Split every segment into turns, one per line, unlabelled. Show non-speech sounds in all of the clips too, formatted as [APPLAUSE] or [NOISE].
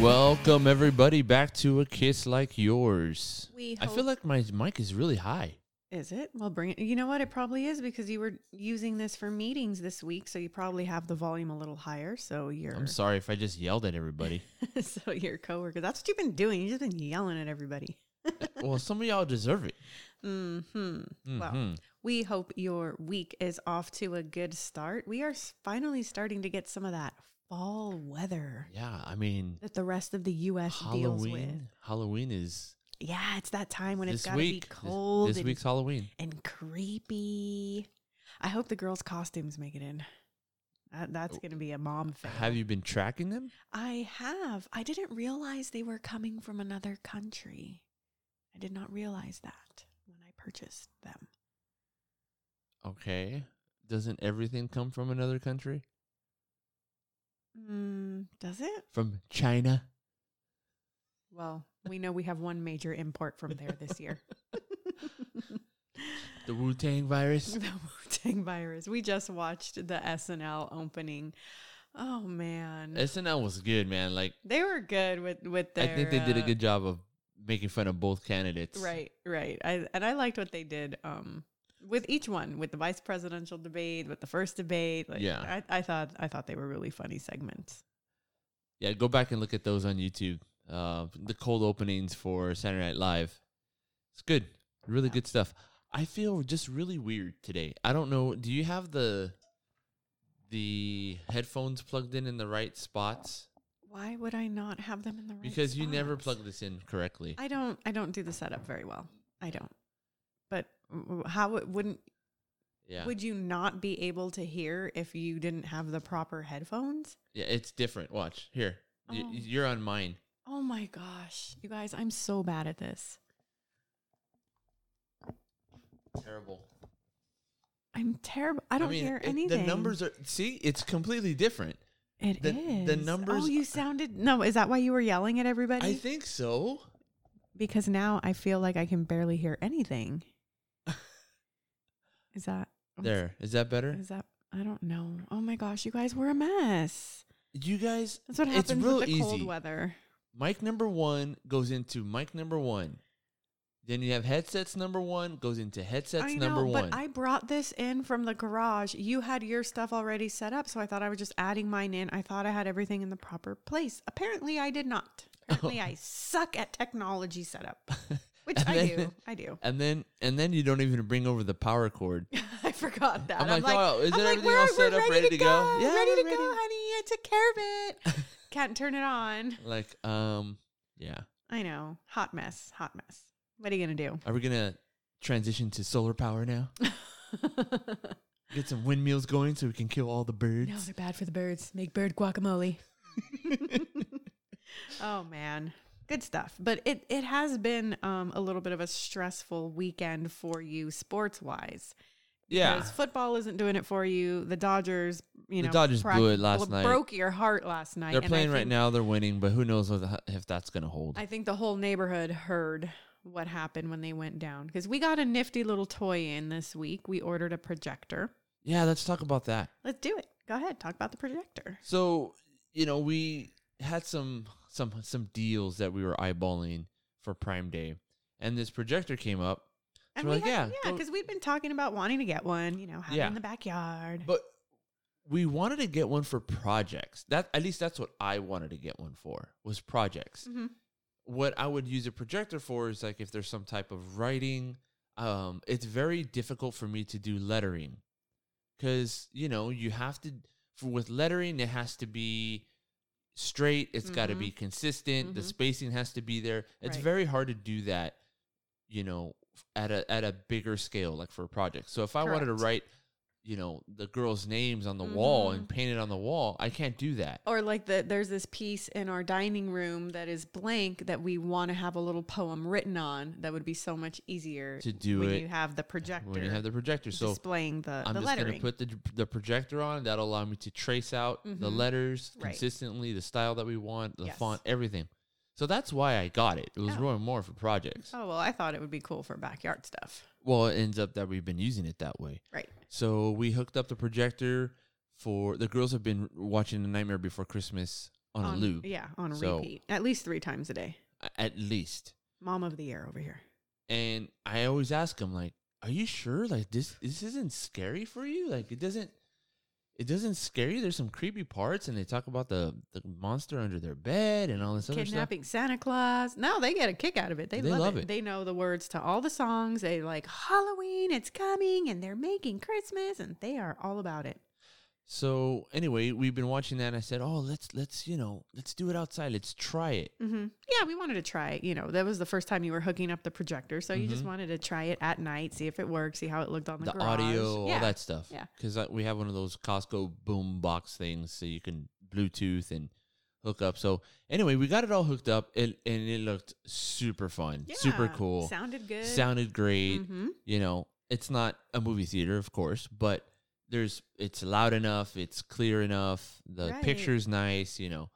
Welcome everybody back to a kiss like yours.
We
I feel
hope-
like my mic is really high.
Is it? Well, bring it. You know what? It probably is because you were using this for meetings this week, so you probably have the volume a little higher. So you're
I'm sorry if I just yelled at everybody.
[LAUGHS] so your coworker. That's what you've been doing. You've just been yelling at everybody.
well, some of y'all deserve it.
hmm Well,
Mhm.
we hope your week is off to a good start. We are s- finally starting to get some of that fall weather
Yeah, I mean
that the rest of the U.S. deals with.
Halloween. Halloween is
Yeah, it's that time when
this
it's got to be
week. This-
cold
This,
and,
week's Halloween.
and creepy. I hope the girls' costumes make it in. That, that's going to be a mom fail.
Oh. Have you been tracking them?
I have. I didn't realize they were coming from another country. I did not realize that when I purchased them.
Okay. Doesn't everything come from another country?
Mm, does it?
From China?
Well, we know we have one major import from there this [LAUGHS] year.
The Wu Tang virus?
[LAUGHS] the Wu Tang virus. We just watched the SNL opening. Oh man,
SNL was good, man. Like
they were good with with their.
I think they did a
uh,
good job of making fun of both candidates.
Right, right. I and I liked what they did um with each one, with the vice presidential debate, with the first debate. Like,
Yeah.
I, I thought I thought they were really funny segments.
Yeah, go back and look at those on YouTube. Uh, the cold openings for Saturday Night Live. It's good, really good stuff. I feel just really weird today. I don't know. Do you have the the headphones plugged in in the right spots?
Why would I not have them in the right
Because you never
spots?
plug this in correctly.
I don't I don't do the setup very well. I don't. But w- how it wouldn't
Yeah,
would you not be able to hear if you didn't have the proper headphones?
yeah, it's different. Watch here. Y-
Oh.
You're on mine.
Oh my gosh. You guys, I'm so bad at this.
Terrible.
I'm terrible. I don't hear
it-
anything.
The numbers are see. It's completely different.
It is
The- the numbers-
Oh, you sounded no. Is that why you were yelling at everybody?
I think so.
because now I feel like I can barely hear
[LAUGHS]
anything. is that
There is that better?
Is that I don't know. Oh my gosh, you guys were a mess.
You guys,
That's what
It's
happens
real
with the cold
easy.
weather.
mic number one goes into mic number one. Then you have headsets number one goes into headsets
I
number
know,
one.
but
[LAUGHS]
I brought this in from the garage. You had your stuff already set up, so I thought I was just adding mine in. I thought I had everything in the proper place. Apparently, I
[LAUGHS]
did not.
Oh.
Apparently, I suck at technology setup, which
And
I
then-
do. I do.
and then and then you don't even bring over the power
[LAUGHS]
cord.
I forgot that.
I'm
I'm,
like,
like,
"Oh, is
I'm
it
like,
everything
we're,
all set
we're
up,
ready, to go.
Yeah,
ready to
we're
go,
ready.
honey. I took care
[LAUGHS]
of it. Can't turn it on.
Like, um, yeah.
I know. Hot mess. Hot mess. What are you gonna do?
Are we gonna transition to solar power
[LAUGHS]
now? Get some windmills going so we can kill all the birds.
no, they're bad for the birds. Make bird guacamole. [LAUGHS]
[LAUGHS]
oh man. Good stuff. But it it has been um, a little bit of a stressful weekend for you sports wise.
yeah,
Because football isn't doing it for you. The Dodgers, you
The
know,
Dodgers blew it last night.
Broke your heart last night.
they're
and I
playing right
think-
now. They're winning, but who knows what the- if that's gonna hold?
I think the whole neighborhood heard what happened when they went down because we got a nifty little toy in this week. We ordered a projector.
yeah, let's talk about that.
Let's do it. Go ahead, talk about the projector.
So you know, we had some some some deals that we were eyeballing for Prime Day, and this projector came up. So
And
we're
we
like,
had,
yeah,
yeah,
go-
because we'd been talking about wanting to get one. You know, having
Yeah.
in the backyard.
But we wanted to get one for projects. That at least that's what I wanted to get one for was projects.
Mhm.
What I would use a projector for is like if there's some type of writing. Um, it's very difficult for me to do lettering because you know you have to for with lettering it has to be straight. It's got to
Mhm.
be consistent. The
Mhm.
spacing has to be there. It's
Right.
very hard to do that. You know, at a at a bigger scale, like for a project. So if I wanted to
Correct.
write you know the girls' names on the wall and
Mhm.
paint it on the wall. I can't do that.
or like the, there's this piece in our dining room that is blank that we want to have a little poem written on. That would be so much easier
To do
when
it
you have the projector.
when you have the projector. So
displaying the,
I'm
the
just gonna
lettering.
put the the projector on. That'll allow me to trace out the
Mhm.
letters
Right.
consistently, the style that we want, the
Yes.
font, everything. So that's why I got it. It was
Oh.
really more for projects.
oh well, I thought it would be cool for backyard stuff.
Well, it ends up that we've been using it that way.
Right.
So we hooked up the projector for the girls have been watching The Nightmare Before Christmas on, a loop
Yeah, on
So-
repeat. At least three times a day.
a- at least.
Mom of the year over here.
And I always ask him, like, "Are you sure? Like this this isn't scary for you? Like it doesn't." It doesn't scare you. There's some creepy parts, and they talk about the, the monster under their bed and all this other stuff.
Kidnapping Santa Claus. No, they get a kick out of it. They, love, it. They know the words to all the songs. They like Halloween, it's coming, and they're making Christmas, and they are all about it.
So anyway, we've been watching that. And I said, "Oh, let's let's you know let's do it outside. Let's try it."
hmm Yeah, we wanted to try it. You know, that was the first time you were hooking up the projector, so you just
Mhm.
wanted to try it at night, see if it worked, see how it looked on the,
the
garage.
audio,
yeah.
all that stuff.
yeah.
Because we have one of those Costco boom box things, so you can Bluetooth and hook up. So anyway, we got it all hooked up, and, and it looked super fun, super
Yeah,
cool,
Sounded good.
sounded great.
hmm
You know, it's not a movie theater, of course, but there's it's loud enough, it's clear enough, the
Right.
picture's nice. You know,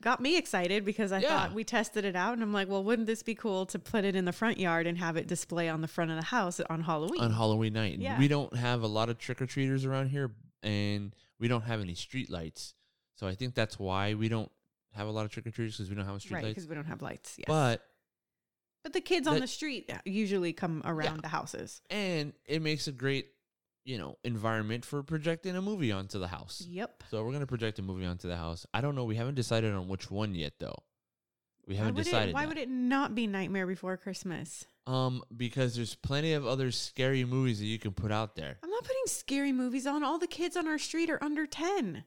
got me excited because I
Yeah.
thought we tested it out and I'm like, well, wouldn't this be cool to put it in the front yard and have it display on the front of the house on Halloween?
on Halloween night. And
Yeah.
We don't have a lot of trick or treaters around here, and we don't have any street lights. So I think that's why we don't have a lot of trick or treaters because we don't have a street
right,
lights.
because we don't have lights. Yes.
But
But the kids on
that-
the street uh, usually come around the houses.
and it makes a great, you know, environment for projecting a movie onto the house.
Yep.
So we're gonna project a movie onto the house. I don't know. We haven't decided on which one yet, though. We
Why
haven't
would,
decided.
it, why
that.
would it not be Nightmare Before Christmas?
Um, because there's plenty of other scary movies that you can put out there.
I'm not putting scary movies on. All the kids on our street are under 10.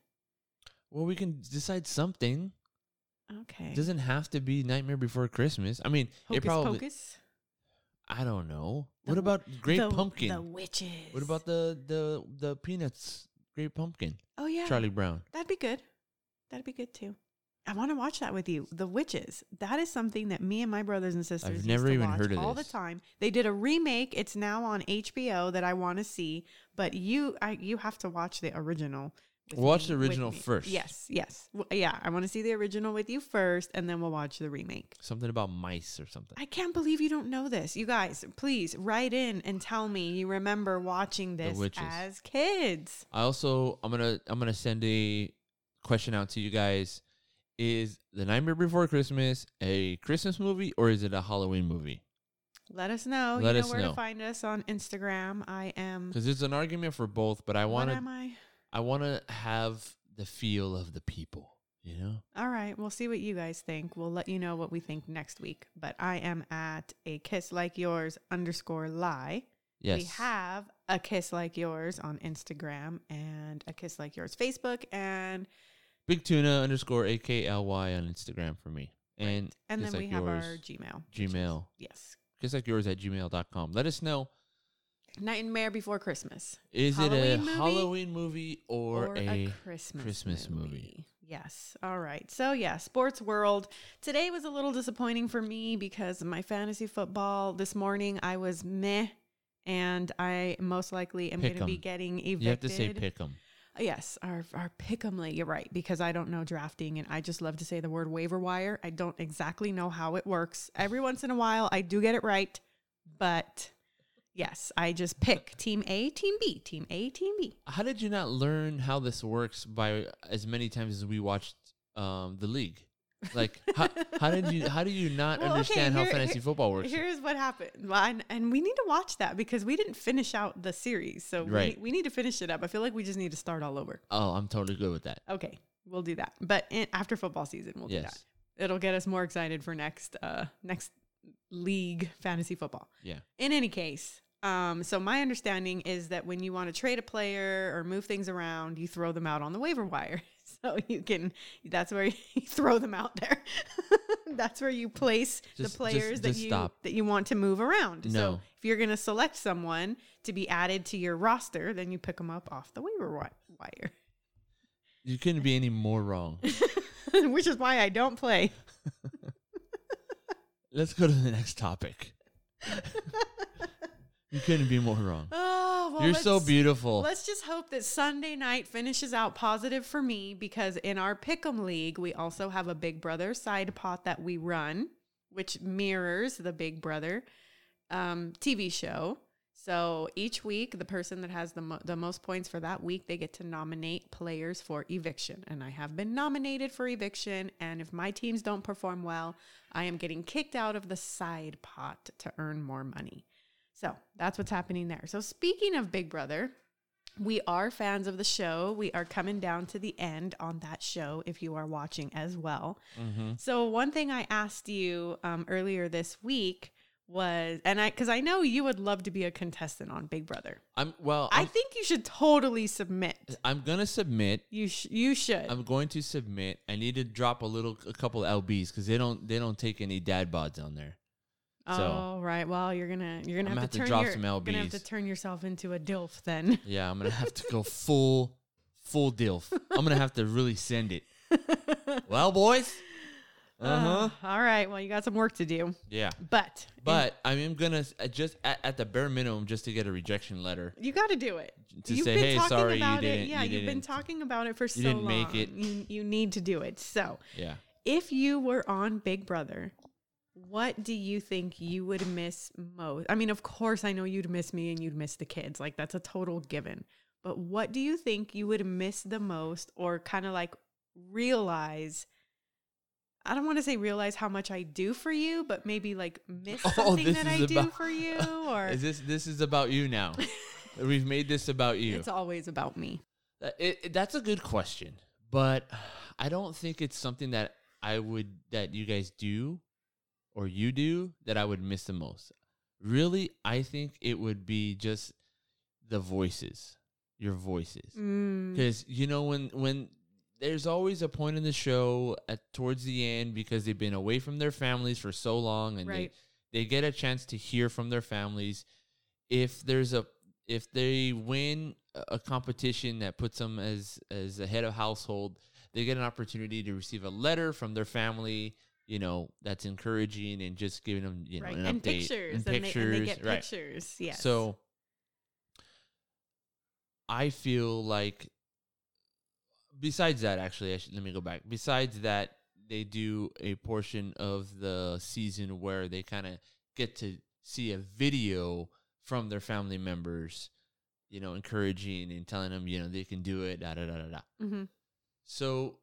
Well, we can decide something.
Okay.
It doesn't have to be Nightmare Before Christmas. I mean,
Hocus
it probably.
Pocus.
I don't know.
The
what
w-
about Great
The-
Pumpkin?
The witches.
what about the the the Peanuts Great Pumpkin?
Oh, yeah.
Charlie Brown.
That'd be good. That'd be good too. I want to watch that with you. The Witches. That is something that me and my brothers and sisters used
never
to
even
watch
heard of
all
this.
the time. They did a remake. It's now on HBO that I want to see, but you I, you have to watch the original. with
Watch
me-
the
with
original
me.
first.
Yes, yes. W- yeah, I want to see the original with you first and then we'll watch the remake.
Something about mice or something.
I can't believe you don't know this. You guys, please write in and tell me you remember watching this
Witches.
as kids.
I also I'm gonna I'm gonna send a question out to you guys. Is the Nightmare Before Christmas a Christmas movie or is it a Halloween movie?
Let us know.
Let
you know
us
where
know.
to find us on Instagram. I am
Because there's an argument for both, but I
What
wanna
am I?
I wanna have the feel of the people, you know?
All right, we'll see what you guys think. We'll let you know what we think next week. But I am at a kiss like yours underscore lie.
Yes.
We have a kiss like yours on Instagram and a kiss like yours Facebook and
Big Tuna underscore A K L Y on Instagram for me. And
and then
just
we
like
have our
yours,
Gmail.
Gmail.
Yes.
Just like yours at gmail.com. Let us know.
Nightmare Before Christmas.
Is it a
Halloween movie?
Halloween movie or, a
Christmas
Christmas movie.
Yes. All right. So yeah, sports world. Today was a little disappointing for me because my fantasy football this morning I was meh, and I most likely am going
Pick
to be
'em.
getting evicted.
you have to say pick 'em.
Yes, our our pick'em league. You're right because I don't know drafting, and I just love to say the word waiver wire. I don't exactly know how it works. Every once in a while, I do get it right, but yes, I just pick team A, team B, team A, team B.
How did you not learn how this works by as many times as we watched um, the league?
[LAUGHS]
Like how, how did you how do you not
Well, okay,
understand how
here-
fantasy
here-
football works?
Here's what happened. Well, And, and we need to watch that because we didn't finish out the series. So we
Right.
need- we, need to finish it up. I feel like we just need to start all over.
oh, I'm totally good with that.
Okay, we'll do that. But in, after football season, we'll do
yes.
that. It'll get us more excited for next uh, next league fantasy football.
Yeah.
In any case, um, so my understanding is that when you want to trade a player or move things around, you throw them out on the waiver wire. [LAUGHS] So you can that's where [LAUGHS] you throw them out there. [LAUGHS] that's where you place
Just-
the players
just-
that
just
you
stop.
that you want to move around.
No.
So if you're going to select someone to be added to your roster, then you pick them up off the waiver wi- wire. [LAUGHS]
You couldn't be any more wrong.
Which is why I don't play.
Let's go to the next
[LAUGHS]
topic. you couldn't be more wrong.
Oh, well,
You're so
let's-
beautiful.
Let's just hope that Sunday night finishes out positive for me because in our Pick'em League, we also have a Big Brother side pot that we run, which mirrors the Big Brother um, TV show. So each week, the person that has the, mo- the most points for that week, they get to nominate players for eviction. And I have been nominated for eviction. And if my teams don't perform well, I am getting kicked out of the side pot to earn more money. So that's what's happening there. So speaking of Big Brother, we are fans of the show. We are coming down to the end on that show if you are watching as well.
Mm-hmm.
So one thing I asked you um, earlier this week was, and I, because I know you would love to be a contestant on Big Brother.
I'm well.
i
I'm,
think you should totally submit.
I'm gonna submit.
You sh- you should.
uh, I'm going to submit. I need to drop a little, a couple lbs because they don't, they don't take any dad bods on there. so-
All right. Well, you're gonna you're gonna
I'm gonna
have, to,
have to
turn
drop
your,
some
you're gonna have to
LBs.
turn yourself into a dilf then.
Yeah, I'm gonna have to go full, full dilf. I'm gonna have to really send it. Well, boys.
Uh-huh.
Uh huh.
[LAUGHS] all right. Well, you got some work to do,
yeah,
but
but I am gonna s- uh, just at, at the bare minimum just to get a rejection letter.
You got to do it.
To say, "Hey, sorry, you
about it.
didn't-
Yeah,
you
have been
didn't-
talking about it for so
didn't
long.
make it.
You, you need to do it. So,
Yeah.
if you were on Big Brother, what do you think you would miss most? I mean, of course, I know you'd miss me and you'd miss the kids. Like, that's a total given. But what do you think you would miss the most or kind of like realize? I don't want to say realize how much I do for you, but maybe like miss
[LAUGHS] Oh,
something
this
that
is
I do
about- [LAUGHS]
for you or
Is this this is about you now? We've made this about you.
it's always about me.
Uh, It, it- that's a good question, but I don't think it's something that I would that you guys do or you do that I would miss the most. Really, I think it would be just the voices, your voices,
Mm.
because you know when when there's always a point in the show at towards the end because they've been away from their families for so long and
Right.
they, they get a chance to hear from their families if there's a if they win a- a competition that puts them as as a head of household they get an opportunity to receive a letter from their family you know that's encouraging and just giving them you know
right.
an
and
update
pictures, and, they, and they get
right
pictures. Yes.
so I feel like besides that actually I should let me go back. Besides that they do a portion of the season where they kind of get to see a video from their family members, you know, encouraging and telling them, you know, they can do it, da da da da da.
Mhm.
So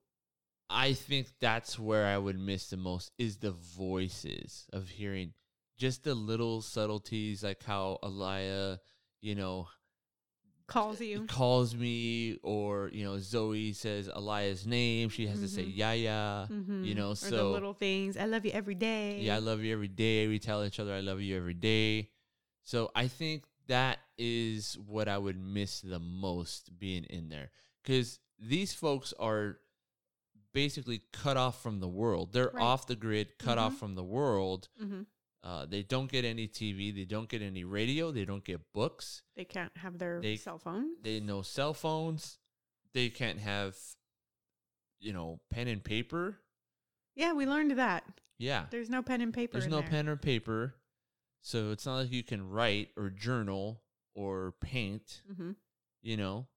I think that's where I would miss the most is the voices of hearing just the little subtleties like how Elia, you know,
calls you.
calls me or, you know, Zoe says Elia's name. She has to say
Mhm.
Yaya.
Mhm.
[LAUGHS] you know,
or the
so-
little things. I love you every day.
Yeah, I love you every day. We tell each other I love you every day. So I think that is what I would miss the most being in there because these folks are basically cut off from the world. They're
Right.
off the grid, cut off
Mhm.
from the world.
Mhm.
Uh, they don't get any TV. They don't get any radio. They don't get books.
They can't have their
They-
cell phone.
They no cell phones. They can't have, you know, pen and paper.
Yeah, we learned that.
Yeah.
There's no pen and paper.
There's
in
no
there.
pen or paper, so it's not like you can write or journal or paint.
Mhm.
You know,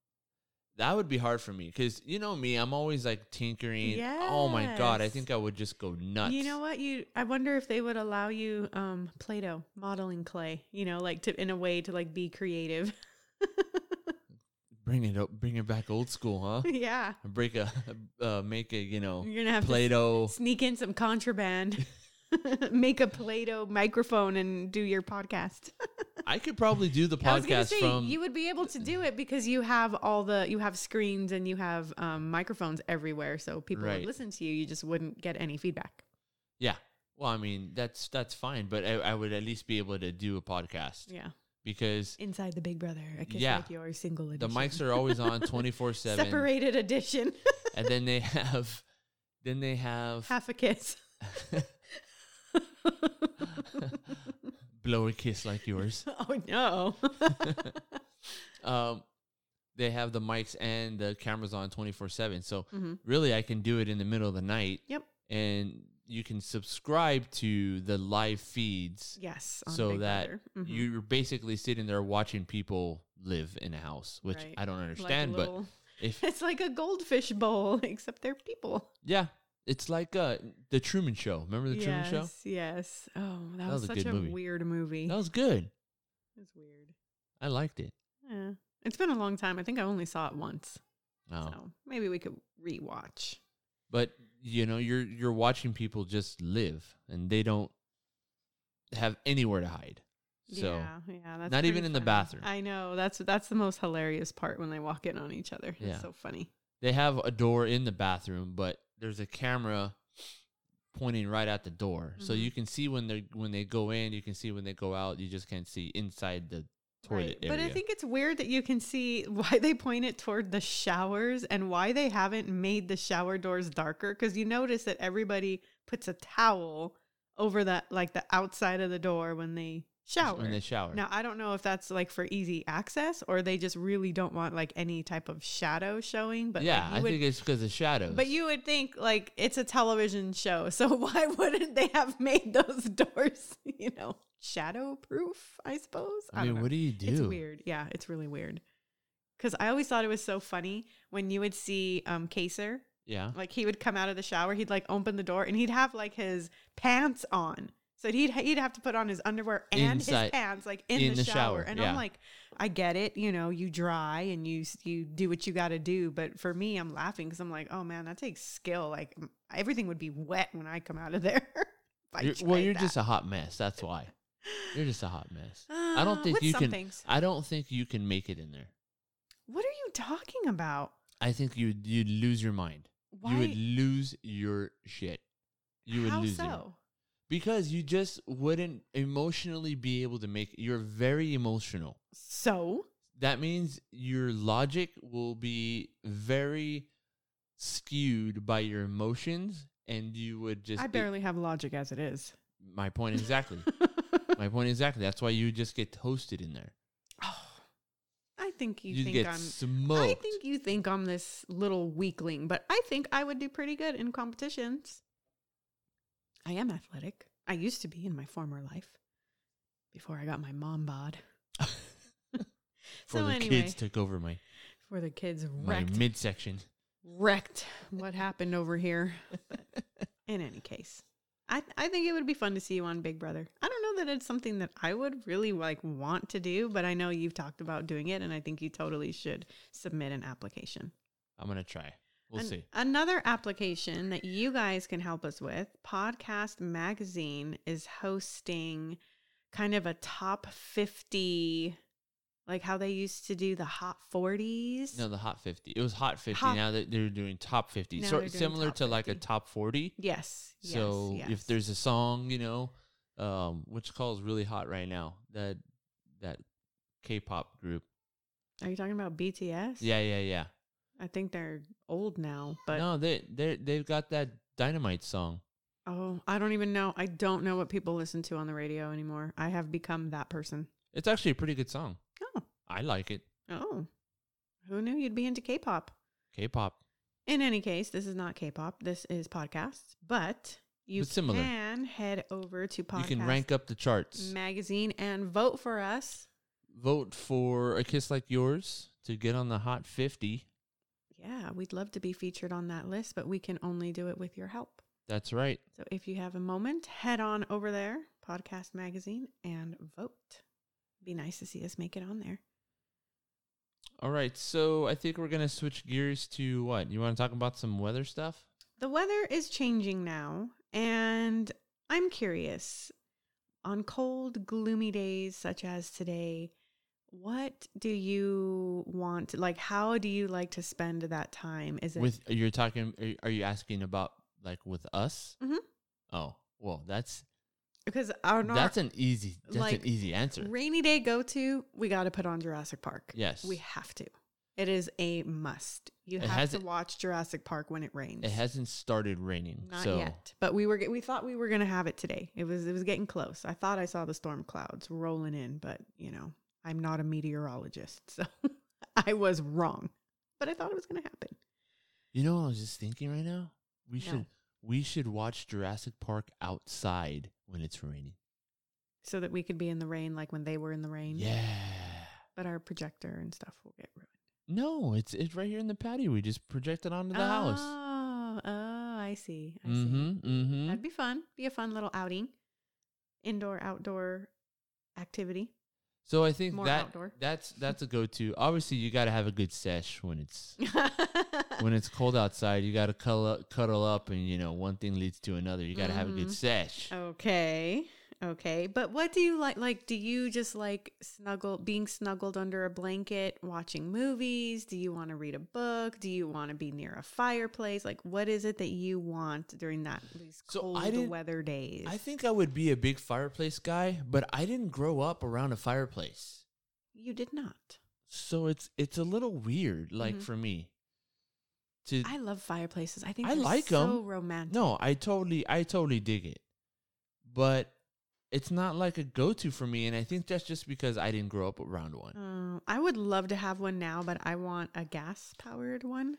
that would be hard for me because you know me, I'm always like tinkering. Oh my god, I
Yes.
think I would just go nuts.
You know what? You I wonder if they would allow you um Play-Doh modeling clay, you know, like to in a way to like
[LAUGHS]
be creative. [LAUGHS]
Bring it up, bring it back old school,
[LAUGHS]
huh?
yeah.
Break a, [LAUGHS] uh, make a you know,
You're gonna have to
Play-Doh.
sneak in some contraband. [LAUGHS] Make a Play-Doh microphone and do your podcast.
I could probably do the
[LAUGHS] I was gonna
podcast
say
from.
you would be able to do it because you have all the you have screens and you have um, microphones everywhere, so people
Right.
would listen to you. You just wouldn't get any feedback.
yeah, well, I mean that's that's fine, but I, I would at least be able to do a podcast
Yeah,
because
inside the Big Brother, a kiss
Yeah.
like yours, single edition.
the mics are always on twenty four
[LAUGHS]
seven.
separated edition, [LAUGHS]
and then they [LAUGHS] have then they have
half a kiss.
blow a kiss like yours
[LAUGHS] oh [LAUGHS] no!
um they have the mics and the cameras on 24/7 so
Mhm.
really I can do it in the middle of the night
Yep.
and you can subscribe to the live feeds
Yes.
so
Big
that
Brother. Mhm.
you're basically sitting there watching people live in a house which
Right.
I don't
Mm-hmm. Like a
understand but
little- [LAUGHS]
if
it's like a goldfish bowl, [LAUGHS] except they're people.
yeah it's like uh the Truman show remember the Truman
yes,
show
yes. Oh, that,
That
was,
was a
such
good
a
movie.
weird movie.
that was good
It's weird.
I liked it.
Yeah. It's been a long time. I think I only saw it once.
Oh.
So maybe we could rewatch.
But you know, you're you're watching people just live and they don't have anywhere to hide. So
yeah, yeah, that's
not
pretty
even in the
funny.
bathroom.
I know that's that's the most hilarious part when they walk in on each other.
Yeah.
It's so funny.
they have a door in the bathroom, but there's a camera pointing right at the door. So
Mhm.
you can see when they when they go in, you can see when they go out, you just can't see inside the toilet area.
But I think it's weird that you can see [LAUGHS] why they point it toward the showers and why they haven't made the shower doors darker. Because you notice that everybody puts a towel over that, like the outside of the door when they shower.
when they shower.
Now I don't know if that's like for easy access or they just really don't want like any type of shadow showing. But like,
yeah,
you
I
would-
think it's because of shadows.
But you would think like it's a television show, [LAUGHS] so why wouldn't they have made those [LAUGHS] doors, you know, shadow proof? I suppose.
I,
don't
mean,
know.
what do you do?
It's weird. Yeah, it's really weird. Because I always thought it was so funny when you would see um Kaser,
Yeah.
like he would come out of the shower, he'd like open the door, and he'd have like his pants on. So he'd he'd have to put on his underwear and his
Inside-
pants like in, the, shower. And I'm
yeah.
like, I get it, you know, you dry and you s- you do what you got to do. But for me, I'm laughing because I'm like, oh man, that takes skill. Like m- everything would be wet when I come out of there. [LAUGHS] if I
You're- well,
tried
you're
that.
just a hot mess. That's why. You're just a hot mess. I don't
[GASPS] Uh,
think
with
you
some
can.
Things.
I don't think you can make it in there.
What are you talking about?
I think you you'd lose your mind.
Why?
You would lose your shit. You would
How
lose it
so?
because you just wouldn't emotionally be able to make. You're very emotional.
So
That means your logic will be very skewed by your emotions, and you would just.
I
be-
barely have logic as it is.
my point
[LAUGHS]
exactly. my point exactly. That's why you just get toasted in there.
I think you,
You
think
get
I'm.
smoked.
I think you think I'm this little weakling, but I think I would do pretty good in competitions. I am athletic. I used to be in my former life before I got my mom bod.
Before
so
the
anyway,
kids took over my
before the kids
my
wrecked,
midsection.
wrecked what happened over here. [LAUGHS] in any case I, I think it would be fun to see you on big brother i don't know that it's something that i would really like want to do but i know you've talked about doing it and i think you totally should submit an application
I'm gonna try. We'll
An-
see.
another application that you guys can help us with podcast magazine is hosting kind of a top 50 like how they used to do the hot 40s
No, the hot fifty. It was hot fifty.
Hot-
now that they're doing top fifty,
Now
so
they're doing
similar
top
to like a
50.
top forty.
yes
so
yes, yes.
if there's a song, you know, um, which calls really hot right now, that that K-pop group.
are you talking about bts
Yeah, yeah, yeah.
i think they're old now but
no, they they they've got that dynamite song.
Oh, I don't even know. I don't know what people listen to on the radio anymore. I have become that person.
It's actually a pretty good song.
Oh,
I like it.
oh. Who knew you'd be into K pop?
K-pop.
In any case, this is not K pop. This is podcasts, but you
But similar.
can head over to podcast
You can rank up the charts.
magazine and vote for us.
Vote for a kiss like yours to get on the hot fifty.
Yeah, we'd love to be featured on that list, but we can only do it with your help.
That's right.
So if you have a moment, head on over there, podcast magazine, and vote. Be nice to see us make it on there.
All right, so I think we're gonna switch gears to what you want to talk about some weather stuff.
The weather is changing now, and I'm curious on cold, gloomy days such as today, what do you want? Like, how do you like to spend that time? Is it
With you're talking, are you- are you asking about like with us?
Mhm.
Oh, well, that's
because our, our
that's an easy that's
like,
an easy answer.
rainy day go to? We got to put on Jurassic Park.
yes,
We have to. It is a must. You
It
have to
hasn't-
watch Jurassic Park when it rains.
it hasn't started raining,
Not
so
yet, but we were ge- we thought we were gonna have it today. It was it was getting close. I thought I saw the storm clouds rolling in, but you know I'm not a meteorologist, [LAUGHS] so I was wrong. But I thought it was gonna happen.
you know what I was just thinking right now. We
No.
should we should watch Jurassic Park outside when it's raining.
So that we could be in the rain, like when they were in the rain.
Yeah,
But our projector and stuff will get ruined.
no, it's it's right here in the patio. We just project it onto the house.
Oh, oh, I see. I see.
Mm-hmm. Mm-hmm.
That'd be fun. Be a fun little outing, indoor outdoor activity. [LAUGHS]
So I think
More
that
outdoor. [LAUGHS]
that's that's a go-to. Obviously, you got to have a good sesh when it's when it's cold outside. You got to cuddle up, cuddle up, and you know one thing leads to another. You got to have a good
Mhm.
sesh.
okay. Okay. But what do you like? Like, do you just like snuggle, being snuggled under a blanket, watching movies? Do you want to read a book? Do you want to be near a fireplace? Like, what is it that you want during that these
So I
cold
didn't-
weather days?
I think I would be a big fireplace guy, but I didn't grow up around a fireplace,
you did not.
so it's it's a little weird, like
Mhm.
for me. To
I love fireplaces. I think
I
they're
like 'em.
so romantic.
no, I totally I totally dig it, but it's not like a go-to for me, and I think that's just because I didn't grow up around one.
Um, I would love to have one now, but I want a gas powered one.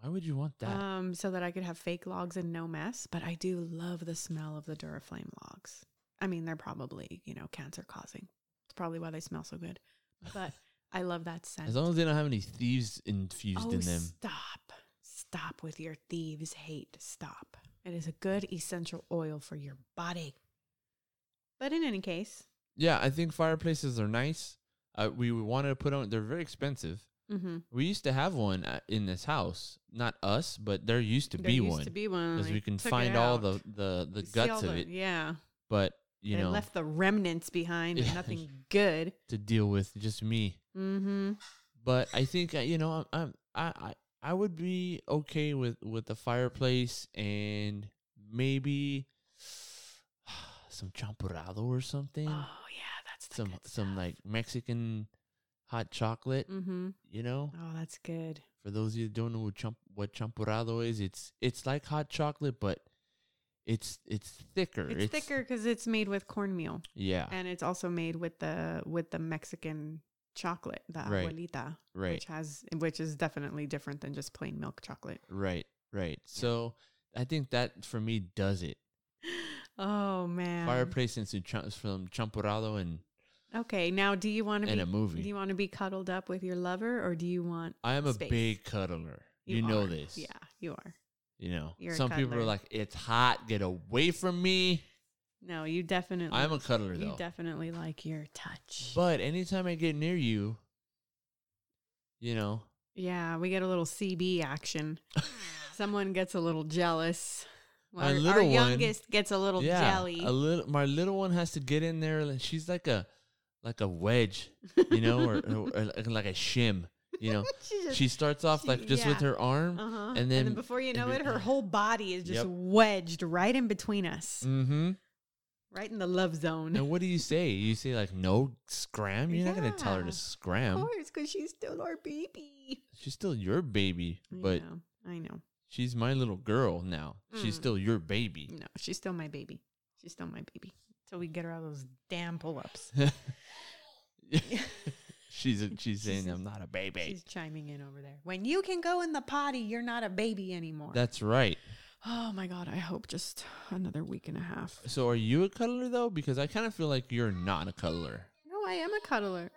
Why would you want that?
Um, so that I could have fake logs and no mess. But I do love the smell of the Duraflame logs. I mean, they're probably, you know, cancer causing. It's probably why they smell so good.
[LAUGHS]
But I love that scent.
As long as they don't have any thieves infused
oh,
in them.
Stop. Stop with your thieves hate. Stop. It is a good essential oil for your body. But in any case,
Yeah, I think fireplaces are nice. Uh, we wanted to put on. They're very expensive.
mm-hmm,
We used to have one uh, in this house. Not us, but there used to
there
be
used
one
to be one.
because
I
we can
took it
find all
out.
the the the
You see all
guts of
the-
it.
Yeah.
But you
they
know,
left the remnants
[LAUGHS]
behind, but
Yeah.
nothing good.
to deal with just me.
Mm-hmm.
But I think uh, you know, I'm, I'm I I I would be okay with with the fireplace and maybe [SIGHS] some champurrado or something.
Oh yeah, that's the
some
good
some like Mexican hot chocolate,
stuff. Mm-hmm.
you know.
Oh, that's good.
For those of you that don't know what, champ, what champurrado is, it's it's like hot chocolate, but it's it's Ah. thicker.
It's, thicker because it's made with cornmeal,
Yeah,
and it's also made with the with the Mexican chocolate, the
Right.
abuelita,
right,
which has which is definitely different than just plain milk chocolate.
right, right. So I think that for me does it.
Oh man.
Fireplace and some cham- from champurrado and
Okay, now do you want to
and
be
a
do
movie.
you want to be cuddled up with your lover, or do you want?
I am a
space.
big cuddler. You, know
are.
this.
Yeah, you are.
You know,
You're a
some people are
cuddler.
like, "It's hot. Get away from me."
No, you definitely.
I'm a cuddler
you
though.
definitely like your touch.
But anytime I get near you, you know,
Yeah, we get a little
[LAUGHS]
CB action. Someone gets a little jealous.
My
Our, our
little one-
youngest gets a little
yeah,
jelly.
a little. My little one has to get in there. and She's like a, like a wedge, you know,
[LAUGHS]
or, or, or like- like a shim. You know,
she just,
she starts off like just with
yeah.
her arm.
uh-huh. and,
and
then,
then-
before you
and
know
then-
it, her whole body is just
Yep.
wedged right in between us, [LAUGHS]
Mm-hmm.
right in the love zone.
And what do you say? You say like, no, scram. You're not gonna tell her
Yeah,
to
of
scram.
of course, because she's still our baby.
She's still your baby,
I
but
know. I know.
she's my little girl now. She's
Mm.
still your baby.
No, she's still my baby. She's still my baby. Till we get her out of those damn pull ups.
she's a, she's saying
[LAUGHS] She's-
I'm not a baby.
She's chiming in over there. When you can go in the potty, you're not a baby anymore.
That's right.
Oh my god, I hope just another week and a half.
So are you a cuddler though? Because I kind of feel like you're not a cuddler.
No, I am a cuddler.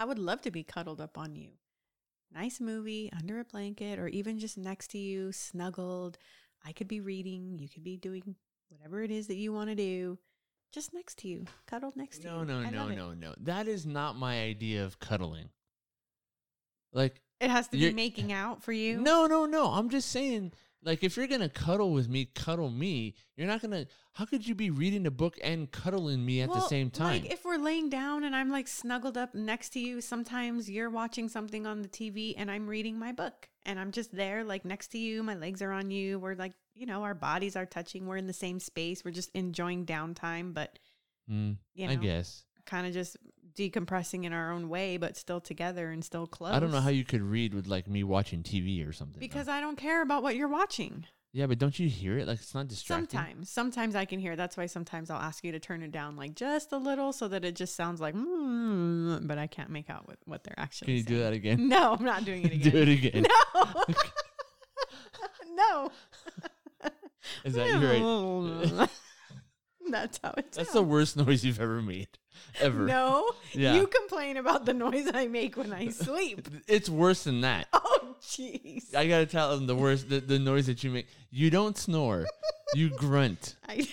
I would love to be cuddled up on you. Nice movie, under a blanket, or even just next to you, snuggled. I could be reading, you could be doing whatever it is that you want to do. Just next to you, cuddled next to
No,
you.
no,
I
no,
love it.
no, no. That is not my idea of cuddling. Like
It has to
You're-
be making out for you.
no, no, no. I'm just saying like if you're going to cuddle with me, cuddle me. You're not going to How could you be reading a book and cuddling me at the
Well,
same time?
Like if we're laying down and I'm like snuggled up next to you, sometimes you're watching something on the TV and I'm reading my book and I'm just there like next to you, my legs are on you, we're like, you know, our bodies are touching, we're in the same space, we're just enjoying downtime, but
Mm,
you
I
know,
guess.
kind of just decompressing in our own way, but still together and still close.
I don't know how you could read with like me watching TV or something. though.
because I don't care about what you're watching.
Yeah, but don't you hear it? Like it's not distracting.
Sometimes, sometimes I can hear. That's why sometimes I'll ask you to turn it down like just a little so that it just sounds like, mm, but I can't make out what, what they're actually
Can you do
saying.
that again? [LAUGHS]
[LAUGHS] No, I'm not doing it again.
do it again.
[LAUGHS] No.
[LAUGHS]
no.
Is that your
[LAUGHS]
idea?
That's how it
That's the
sounds.
worst [LAUGHS] noise you've ever made. Ever.
No.
Yeah.
You complain about the noise I make when
[LAUGHS]
I sleep.
It's worse than that.
Oh, jeez.
I gotta tell
[LAUGHS]
them the worst the, the noise that you make. You don't snore. You grunt.
I,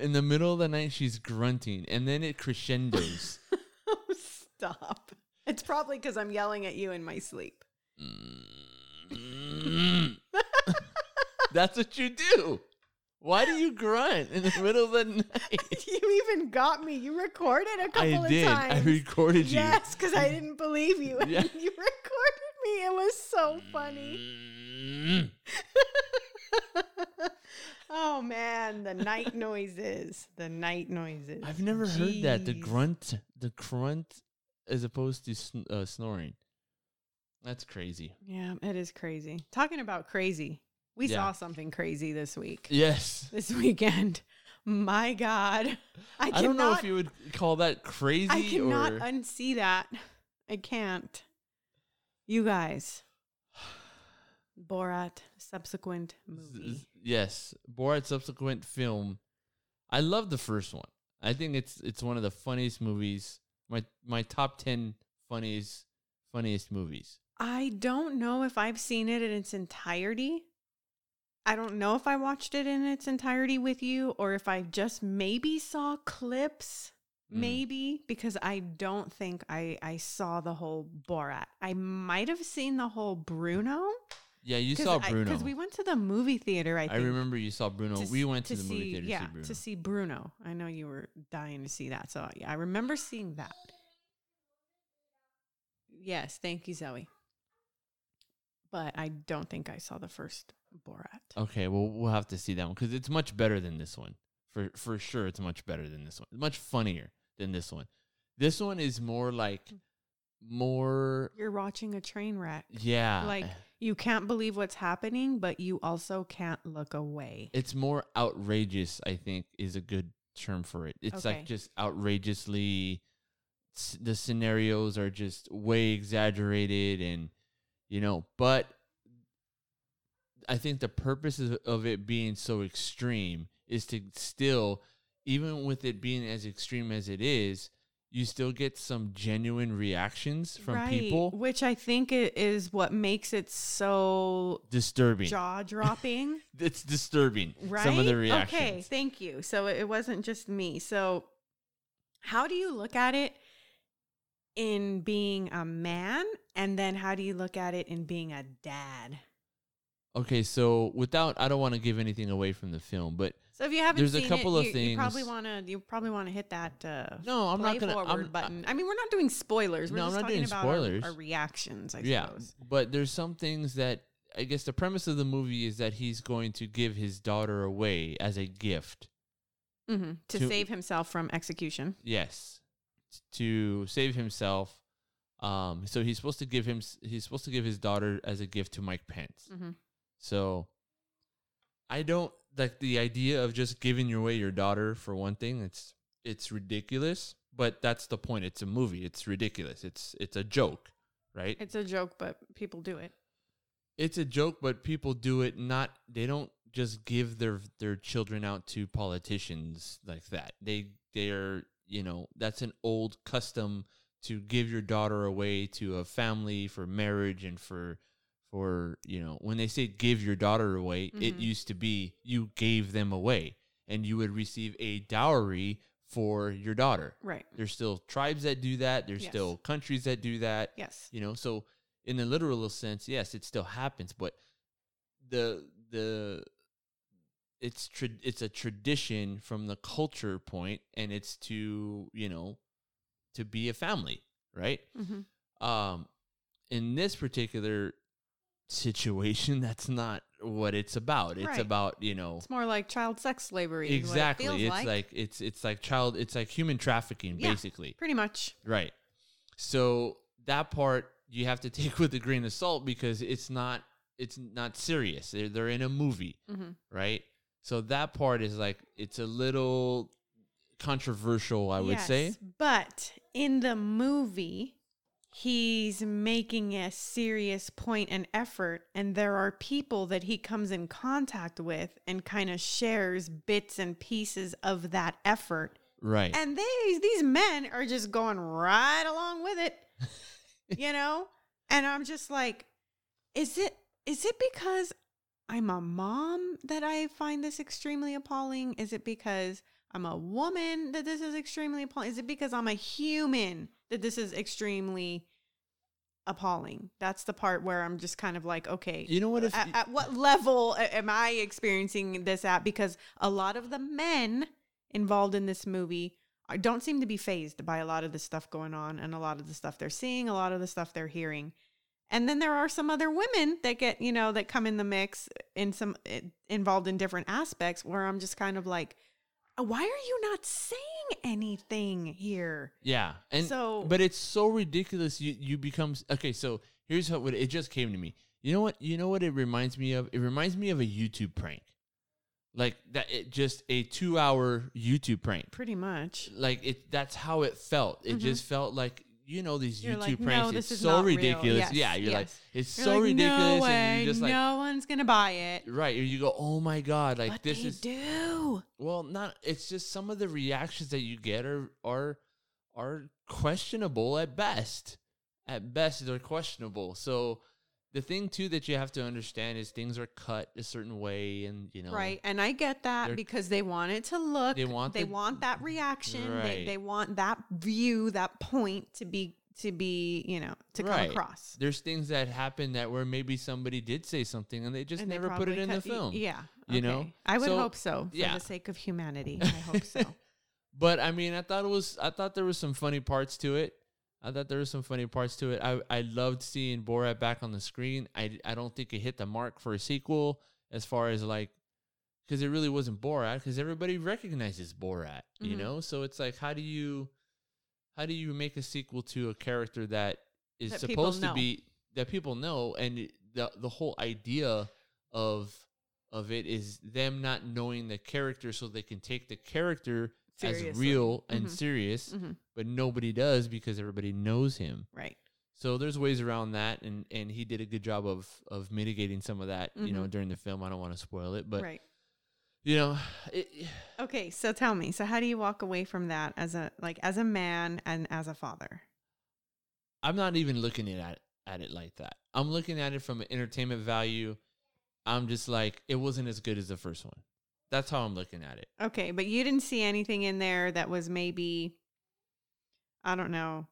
In the middle of the night, she's grunting, and then it
[LAUGHS]
crescendos.
Stop. It's probably because I'm yelling at you in my sleep. [LAUGHS]
Mm. That's what you do. Why do you grunt in the middle of the night?
you even got me. You recorded a couple
I did.
of times.
I recorded you.
Yes, because I didn't believe you.
Yeah.
And you [LAUGHS] recorded me. It was so funny.
Mm.
[LAUGHS] oh man, the night noises. The night noises.
I've never heard that. The
Jeez.
grunt, the grunt, as opposed to sn- uh, snoring. That's crazy.
Yeah, it is crazy. Talking about crazy, we
Yeah.
saw something crazy this week.
Yes.
This [LAUGHS] weekend. My God. I, cannot,
I, don't know if you would call that crazy
I cannot
or
unsee that. I can't. You guys.
[SIGHS]
Borat subsequent movie.
Z- yes, Borat's subsequent film. I love the first one. I think it's it's one of the funniest movies. My my top 10 funniest funniest movies.
I don't know if I've seen it in its entirety. I don't know if I watched it in its entirety with you or if I just maybe saw clips.
Mm.
Maybe because I don't think I I saw the whole Borat. I might have seen the whole Bruno.
Yeah, you saw Bruno. I,
because we went to the movie theater. I, think,
remember you saw Bruno.
to
we
s-
went to, the movie
see-
theater
yeah,
to see Bruno.
to see Bruno. I know you were dying to see that, so yeah, I remember seeing that. Yes, thank you, Zoe. But I don't think I saw the first Borat.
Okay, well we'll have to see that one cuz it's much better than this one. For for sure it's much better than this one. Much funnier than this one. This one is more like
Mm.
more
You're watching a train wreck.
yeah.
Like you can't believe what's happening, but you also can't look away.
it's more outrageous i think is a good term for it it's
Okay.
like just outrageously s- the scenarios are just way exaggerated and you know but i think the purpose of, of it being so extreme is to still even with it being as extreme as it is you still get some genuine reactions from people
which I think i- is what makes it so
disturbing
jaw dropping.
it's disturbing
right?
some of the reactions
Okay, thank you. So it it wasn't just me. So how do you look at it in being a man and then how do you look at it in being a dad?
Okay, so without I don't want to give anything away from the film, but
So if you haven't
There's a
seen
couple
it,
of
you, you probably
things-
want to you probably want to hit that uh
no, I'm
play
not gonna.
forward
I'm,
button. I, mean, we're not doing spoilers. We're
No, I'm
just
not
talking
doing
about our-
spoilers.
Our, reactions, I
yeah,
suppose.
but there's some things that I guess the premise of the movie is that he's going to give his daughter away as a gift.
hmm To,
To-
save himself from execution.
Yes, to save himself. Um, so he's supposed to give him. He's supposed to give his daughter as a gift to Mike Pence.
hmm
So I don't like the idea of just giving away your daughter for one thing. It's it's ridiculous, but that's the point. It's a movie. It's ridiculous. It's it's a joke, right?
It's a joke, but people do it.
It's a joke, but people do it not they don't just give their their children out to politicians like that. They they're, you know, that's an old custom to give your daughter away to a family for marriage and for for you know when they say give your daughter away it
Mhm.
used to be you gave them away and you would receive a dowry for your daughter
Right.
there's still tribes that do that there's
Yes.
still countries that do that
Yes.
you know so in the literal sense yes it still happens but the the it's tra- it's a tradition from the culture point and it's to you know to be a family right
hmm
um in this particular situation [LAUGHS] that's not what it's about it's
Right.
about you know
It's more like child sex slavery. is what it
exactly
feels
it's like. it's it's like child it's like human trafficking
Yeah.
basically
pretty much.
right so that part you have to [LAUGHS] take with a grain of salt because it's not it's not serious they're, they're in a movie
hmm
right so that part is like it's a little controversial i would say
But in the movie, he's making a serious point and effort, and there are people that he comes in contact with and kind of shares bits and pieces of that effort.
right
And these these men are just going right along with it. you know? And I'm just like, is it is it because I'm a mom that I find this extremely appalling? Is it because I'm a woman that this is extremely appalling? Is it because I'm a human that this is extremely appalling? That's the part where I'm just kind of like, okay,
You know what? If
at, at what level a- am I experiencing this at? Because a lot of the men involved in this movie are- don't seem to be phased by a lot of the stuff going on and a lot of the stuff they're seeing, a lot of the stuff they're hearing. And then there are some other women that get, you know, that come in the mix in some eh, involved in different aspects where I'm just kind of like, "Uh, why are you not saying anything here?
yeah, and
so,
but it's so ridiculous. You you become s- okay. So here's how what it just came to me. You know what? You know what it reminds me of? It reminds me of a YouTube prank, like that. It just a two hour YouTube prank.
pretty much.
like it that's how it felt it
Mhm.
just felt like you know these
You're
youtube
like, "No,
pranks
this
it's
is
so
not real."
ridiculous
Yes,
yeah you're like
yes.
it's
You're
so
like,
ridiculous
No way,
and you're just like
no one's gonna buy it.
right you go oh my god like
what
this
they
is
do?
well not it's just some of the reactions that you get are are are questionable at best at best they're questionable so the thing too that you have to understand is things are cut a certain way and you know
Right, and I get
They're-
that because they want it to look.
They want the-
want that reaction. They,
Right.
they want that view, that point to be to be you know to come
Right.
across.
there's things that happen that where maybe somebody did say something and they just
And they
never put it
probably
in the
cut- y-
film
Yeah,
you know?
I would
So,
hope so for
yeah.
the sake
[LAUGHS]
of humanity. I hope so.
But I mean, I thought it was. I thought there was some funny parts to it. I thought there was some funny parts to it. I I loved seeing Borat back on the screen. I I don't think it hit the mark for a sequel as far as like because it really wasn't Borat because everybody recognizes Borat, you
Mhm.
know. So it's like, how do you how do you make a sequel to a character that is
That people
supposed to
know.
be that people know and it- the the whole idea of of it is them not knowing the character so they can take the character as
Seriously.
real and
Mhm.
serious,
Mhm.
but nobody does because everybody knows him.
Right.
So there's ways around that, and and he did a good job of of mitigating some of that, you know, during the film. I don't want to spoil it, but
right.
you know, it,
Okay. So tell me. So how do you walk away from that as a like as a man and as a father?
I'm not even looking at it- at it like that. I'm looking at it from an entertainment value. I'm just like it wasn't as good as the first one. That's how I'm looking at it.
Okay, but you didn't see anything in there that was maybe, I don't know,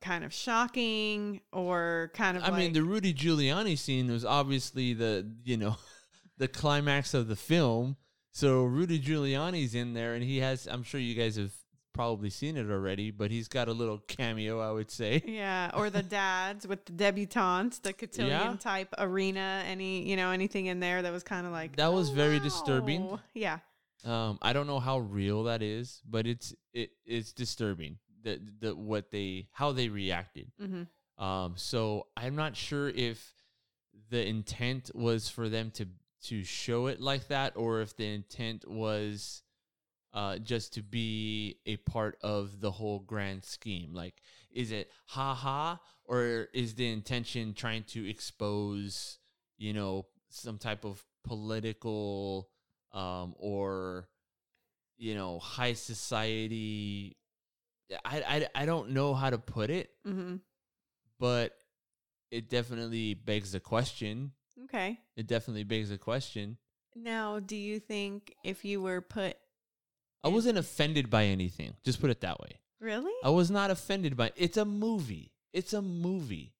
kind of shocking or kind of.
I mean,
like-
the Rudy Giuliani scene was obviously the you know [LAUGHS] the climax of the film. So Rudy Giuliani's in there, and he has. I'm sure you guys have probably seen it already, but he's got a little cameo, I would say. [LAUGHS]
[LAUGHS] yeah, or the dads with the debutantes, the cotillion
Yeah.
type arena. Any you know anything in there that was kind of like
That was
"Oh,
very disturbing.
wow." Yeah,
Um, I don't know how real that is, but it's it it's disturbing the the what they how they reacted.
hmm
Um, so I'm not sure if the intent was for them to to show it like that, or if the intent was uh, just to be a part of the whole grand scheme. Like, is it ha ha, or is the intention trying to expose, you know, some type of political um, or you know high society? I, I I don't know how to put it
hmm
but it definitely begs the question.
okay.
It definitely begs the question.
Now, do you think if you were put
I wasn't offended by anything. Just put it that way.
really?
I was not offended by it's a movie. It's a movie.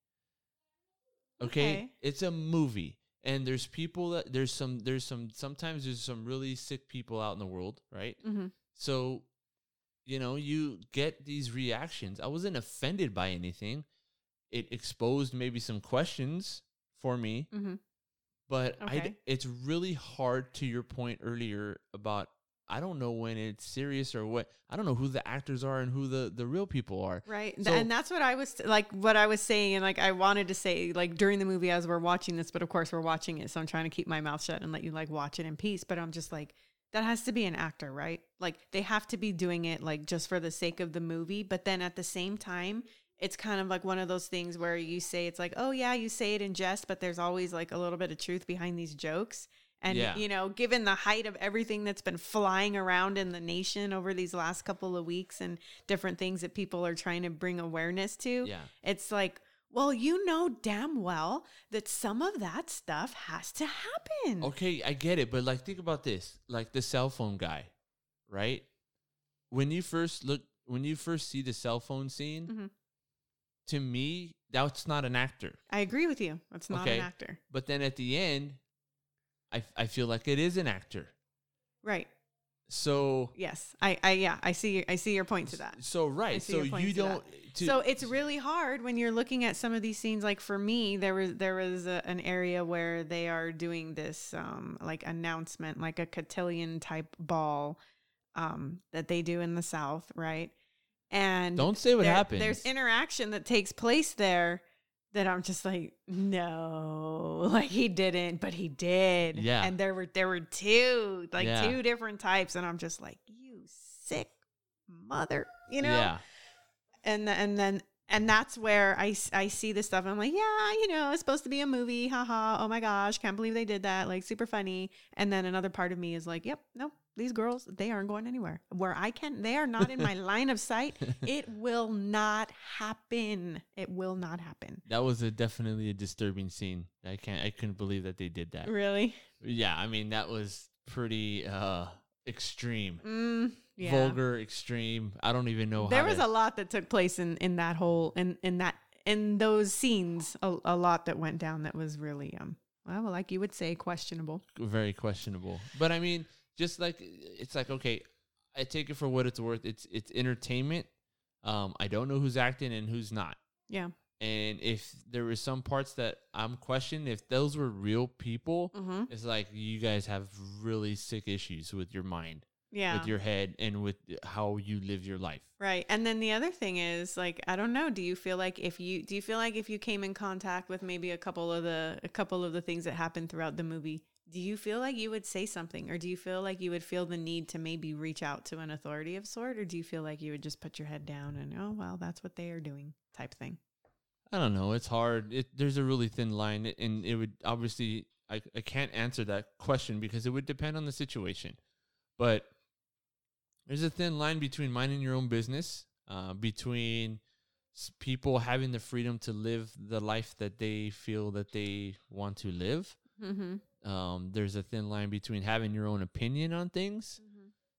Okay?
Okay.
It's a movie. And there's people that there's some there's some sometimes there's some really sick people out in the world, right?
hmm
So, you know, you get these reactions. I wasn't offended by anything. It exposed maybe some questions for me.
hmm
but I d
Okay.
it's really hard to your point earlier about I don't know when it's serious or what I don't know who the actors are and who the the real people are.
Right. Th-
So-
and that's what I was like, what I was saying. And like, I wanted to say, like, during the movie as we're watching this, but of course we're watching it. So I'm trying to keep my mouth shut and let you like watch it in peace. But I'm just like, that has to be an actor, right? Like, they have to be doing it like just for the sake of the movie. But then at the same time, it's kind of like one of those things where you say, it's like, oh, yeah, you say it in jest, but there's always like a little bit of truth behind these jokes. And,
Yeah.
you know, given the height of everything that's been flying around in the nation over these last couple of weeks and different things that people are trying to bring awareness to.
Yeah.
It's like, well, you know damn well that some of that stuff has to happen.
Oh, Okay, I get it, but like think about this. Like the cell phone guy, right? when you first look when you first see the cell phone scene,
Mhm.
to me that's not an actor.
I agree with you. That's not
Okay.
an actor.
But then at the end, I f- I feel like it is an actor.
Right.
So
Yes. I, I yeah, I see I see your point to that.
so right.
see
So
your point
you
to that.
don't. to-
so it's really hard when you're looking at some of these scenes like for me there was there was a, an area where they are doing this um like announcement like a cotillion type ball um that they do in the south right and
don't say what
there-
happens.
there's interaction that takes place there that I'm just like, no, [LAUGHS] like he didn't, but he did.
Yeah.
And there were there were two, like
Yeah.
two different types. And I'm just like, you sick mother, you know?
yeah.
And th- and then and that's where I, s- I see this stuff. And I'm like, yeah, you know, it's supposed to be a movie. Haha. Oh my gosh. Can't believe they did that. Like super funny. And then another part of me is like, yep, nope. These girls, they aren't going anywhere. Where I can, they are not in
[LAUGHS]
my line of sight it will not happen. It will not happen.
That was a definitely a disturbing scene. I can't. I couldn't believe that they did that.
Really?
Yeah, I mean that was pretty uh extreme,
Mm, yeah.
vulgar, extreme. I don't even know.
There
how
was
to,
a lot that took place in in that whole in in that in those scenes. A, a lot that went down that was really um well, like you would say, questionable.
very questionable. But I mean, just like it's like okay, I take it for what it's worth. It's it's entertainment. Um, I don't know who's acting and who's not.
Yeah.
And if there were some parts that I'm questioning, if those were real people,
Mm-hmm.
it's like you guys have really sick issues with your mind,
Yeah.
with your head, and with how you live your life.
Right. And then the other thing is like I don't know, do you feel like if you do you feel like if you came in contact with maybe a couple of the a couple of the things that happened throughout the movie, do you feel like you would say something or do you feel like you would feel the need to maybe reach out to an authority of sort or do you feel like you would just put your head down and oh well, that's what they are doing type thing.
I don't know. It's hard. It, there's a really thin line, and it would obviously I, I can't answer that question because it would depend on the situation. But there's a thin line between minding your own business, uh, between s- people having the freedom to live the life that they feel that they want to live.
Mhm.
Um, there's a thin line between having your own opinion on things.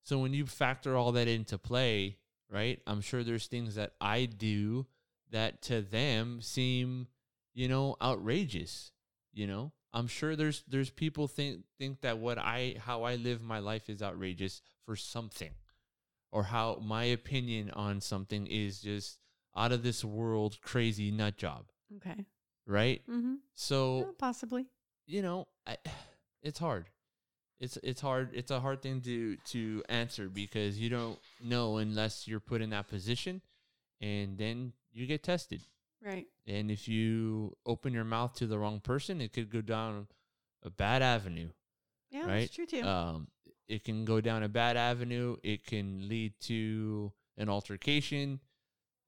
So when you factor all that into play, right? I'm sure there's things that I do that to them seem, you know, outrageous. You know, I'm sure there's there's people think think that what I how I live my life is outrageous for something, or how my opinion on something is just out of this world crazy nut job,
Okay.
right?
Mhm.
So
Yeah, possibly.
you know, I, it's hard. It's it's hard. It's a hard thing to to answer because you don't know unless you're put in that position, and then you get tested.
Right.
And if you open your mouth to the wrong person, it could go down a bad avenue.
Yeah,
Right.
that's true too.
Um, it can go down a bad avenue. It can lead to an altercation,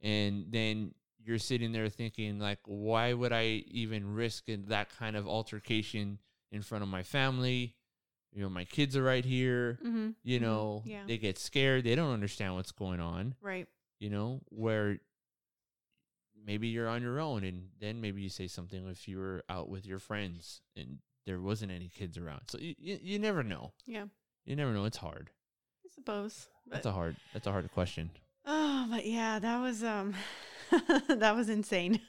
and then you're sitting there thinking, like, why would I even risk in that kind of altercation in front of my family? You know, my kids are right here.
mhm.
You
mhm,
know,
yeah.
they get scared. They don't understand what's going on.
Right.
You know, where maybe you're on your own, and then maybe you say something if you were out with your friends and there wasn't any kids around. So you you, you never know.
Yeah.
You never know. It's hard.
I suppose.
That's
but-
a hard. That's a hard question.
Oh, but yeah, that was um [LAUGHS] that was insane.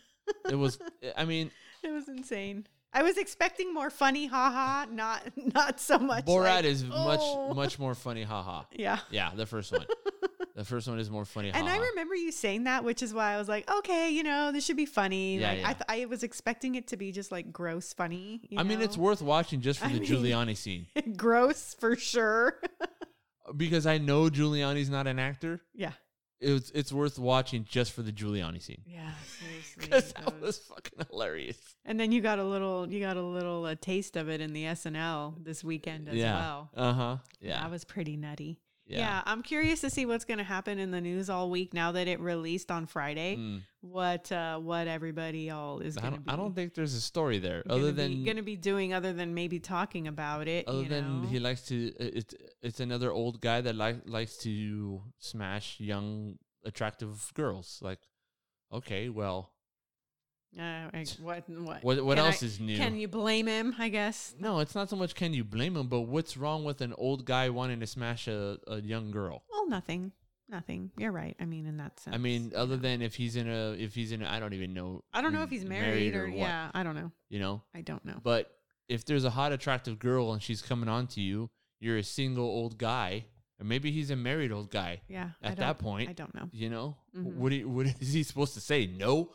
It
[LAUGHS]
was. I mean,
It was insane. I was expecting more funny haha, not [LAUGHS] not so much.
Borat
like,
is
oh.
much much more funny. Haha.
Yeah.
Yeah, the first
[LAUGHS]
one. the first one is more funny.
And I
haha.
remember you saying that, which is why I was like, okay, you know, this should be funny.
Yeah,
like
yeah.
I, th- I was expecting it to be just like gross funny. you
I mean, it's
know?
worth watching just for
I
the
mean-
Giuliani scene
[LAUGHS] gross for sure.
because I know Giuliani's not an actor.
yeah.
It's it's worth watching just for the Giuliani scene
[LAUGHS] Yeah. Seriously.
because that
those-
was fucking hilarious.
And then you got a little, you got a little uh, taste of it in the SNL this weekend as
yeah.
well.
Uh huh.
That
Yeah.
was pretty nutty.
Yeah.
Yeah. I'm curious to see what's going to happen in the news all week now that it released on Friday.
Mm.
What uh, what everybody all is
I
going to
don't.
be?
I don't think there's a story there
gonna
other
be-
than
gonna be doing other than maybe talking about it.
other
you
than
know?
he likes to i- it's it's another old guy that like likes to smash young attractive girls like okay well
Uh,
[LAUGHS]
like, what what
what what
Can I-
else is new
Can you blame him? I guess.
no it's not so much can you blame him but what's wrong with an old guy wanting to smash a, a young girl
Well, nothing. Nothing. You're right. I mean, in that sense.
I mean, other than if he's in a, if he's in, a, I don't even know.
I don't know if he's married, or,
what,
yeah, I don't know.
you know.
I don't know.
But if there's a hot, attractive girl and she's coming on to you, you're a single old guy, or maybe he's a married old guy.
yeah. I
At that
don't-
point,
I don't know.
you know,
Mhm.
what do you- what [LAUGHS] is he supposed to say? No.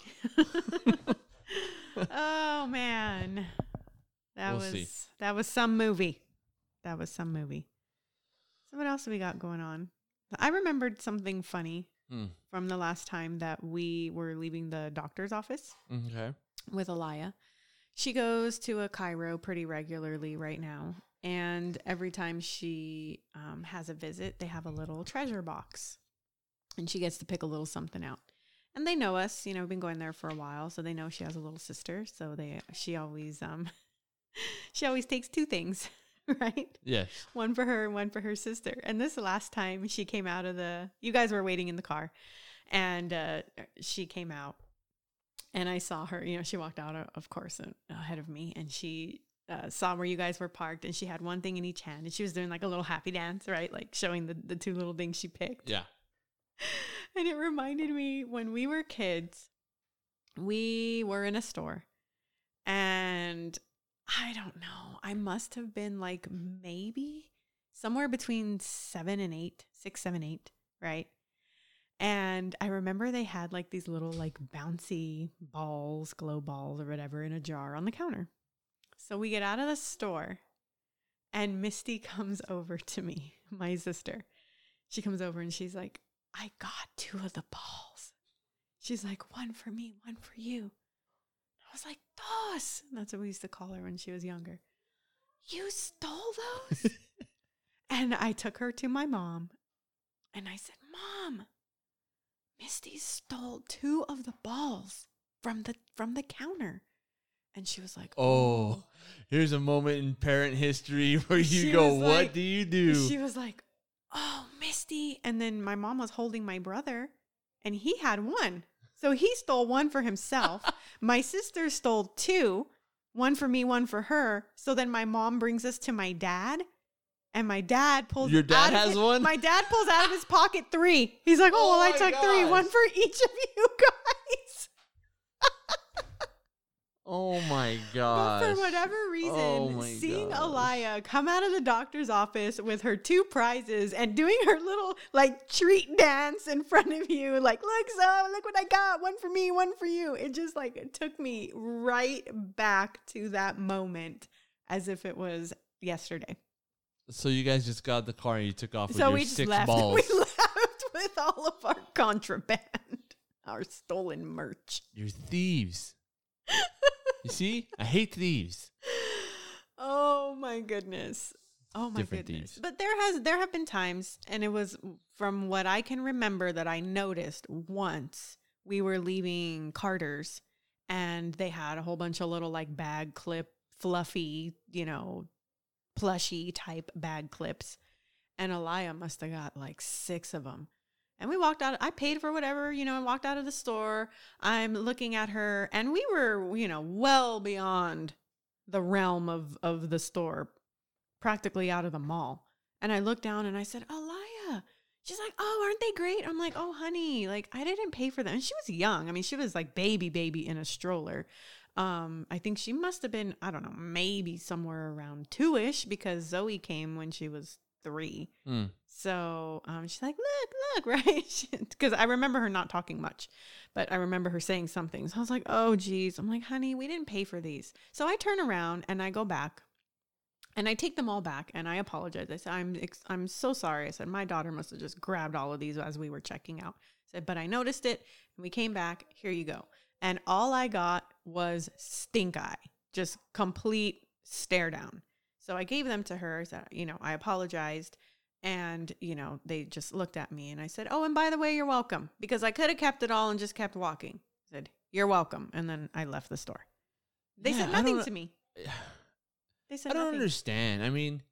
oh man, that
We'll
was
see.
that was some movie. That was some movie. So what else we got going on? I remembered something funny
Hmm.
from the last time that we were leaving the doctor's office
Okay.
with Aliyah. She goes to a Cairo pretty regularly right now, and every time she um, has a visit, they have a little treasure box, and she gets to pick a little something out. And they know us, you know, we've been going there for a while, so they know she has a little sister. So they, she always, um, [LAUGHS] she always takes two things, [LAUGHS] right?
Yes.
one for her and one for her sister. And this last time she came out of the, you guys were waiting in the car, and uh, she came out, and I saw her. You know, she walked out, uh, of course, uh, ahead of me, and she uh, saw where you guys were parked, and she had one thing in each hand, and she was doing like a little happy dance, right, like showing the the two little things she picked
Yeah.
[LAUGHS] and it reminded me when we were kids, we were in a store and I don't know, I must have been like maybe somewhere between seven and eight, six, seven, eight, right? And I remember they had like these little like bouncy balls, glow balls or whatever in a jar on the counter. So we get out of the store and Misty [LAUGHS] comes over to me, my sister. She comes over and she's like, I got two of the balls. She's like, one for me, one for you. I was like, Dos. That's what we used to call her when she was younger. You stole those? and I took her to my mom and I said, Mom, Misty stole two of the balls from the from the counter. And she was like,
Oh, here's a moment in parent history [LAUGHS] where you
She
go,
was
"What
like-
do you do?"
She was like, "Oh, Misty!" And then my mom was holding my brother, and he had one, so he stole one
[LAUGHS]
for himself. my sister stole two, one for me, one for her. So then my mom brings us to my dad, and my dad pulls.
Your dad
out of
has
his-
one?
My dad pulls out of his pocket three. He's like,
[LAUGHS]
"Oh,
Oh
well, I
my
took three,
gosh.
one for each of you [LAUGHS] guys."
oh
[LAUGHS]
my
But
god!
for whatever reason,
Oh my
seeing
gosh.
Alaya come out of the doctor's office with her two prizes and doing her little like treat dance in front of you, like, look, so look what I got, one for me, one for you. It just like it took me right back to that moment as if it was yesterday.
So you guys just got in the car and you took off with
so
your
we just
six
left. [LAUGHS]
balls.
We left with all of our contraband, our stolen merch.
You're thieves.
[LAUGHS]
you see, I hate thieves.
Oh my goodness. Oh my
Different
goodness.
thieves.
But there has there have been times and it was from what I can remember that I noticed once we were leaving Carter's and they had a whole bunch of little like bag clip fluffy, you know, plushy type bag clips. And Aliyah must have got like 6 of them. And we walked out I paid for whatever, you know, and walked out of the store. I'm looking at her and we were, you know, well beyond the realm of of the store, practically out of the mall. And I looked down and I said, Alaya. She's like, Oh, aren't they great? I'm like, Oh, honey, like I didn't pay for them. And she was young. I mean, she was like baby, baby in a stroller. Um, I think she must have been, I don't know, maybe somewhere around two ish because Zoe came when she was three.
Mm.
So um, she's like, look, look, [LAUGHS] right? Because I remember her not talking much, but I remember her saying something. So I was like, oh, geez. I'm like, honey, we didn't pay for these. So I turn around and I go back and I take them all back and I apologize. I said, I'm, ex- I'm so sorry. I said, my daughter must have just grabbed all of these as we were checking out. I said, but I noticed it and we came back. Here you go. And all I got was stink eye, just complete stare down. So I gave them to her. I said, you know, I apologized. And, you know, they just looked at me and I said, Oh, and by the way, you're welcome. Because I could have kept it all and just kept walking. I said, You're welcome. And then I left the store. They
Yeah,
said
I
nothing
don't- [SIGHS]
to me. They said
I don't
nothing.
understand. I mean,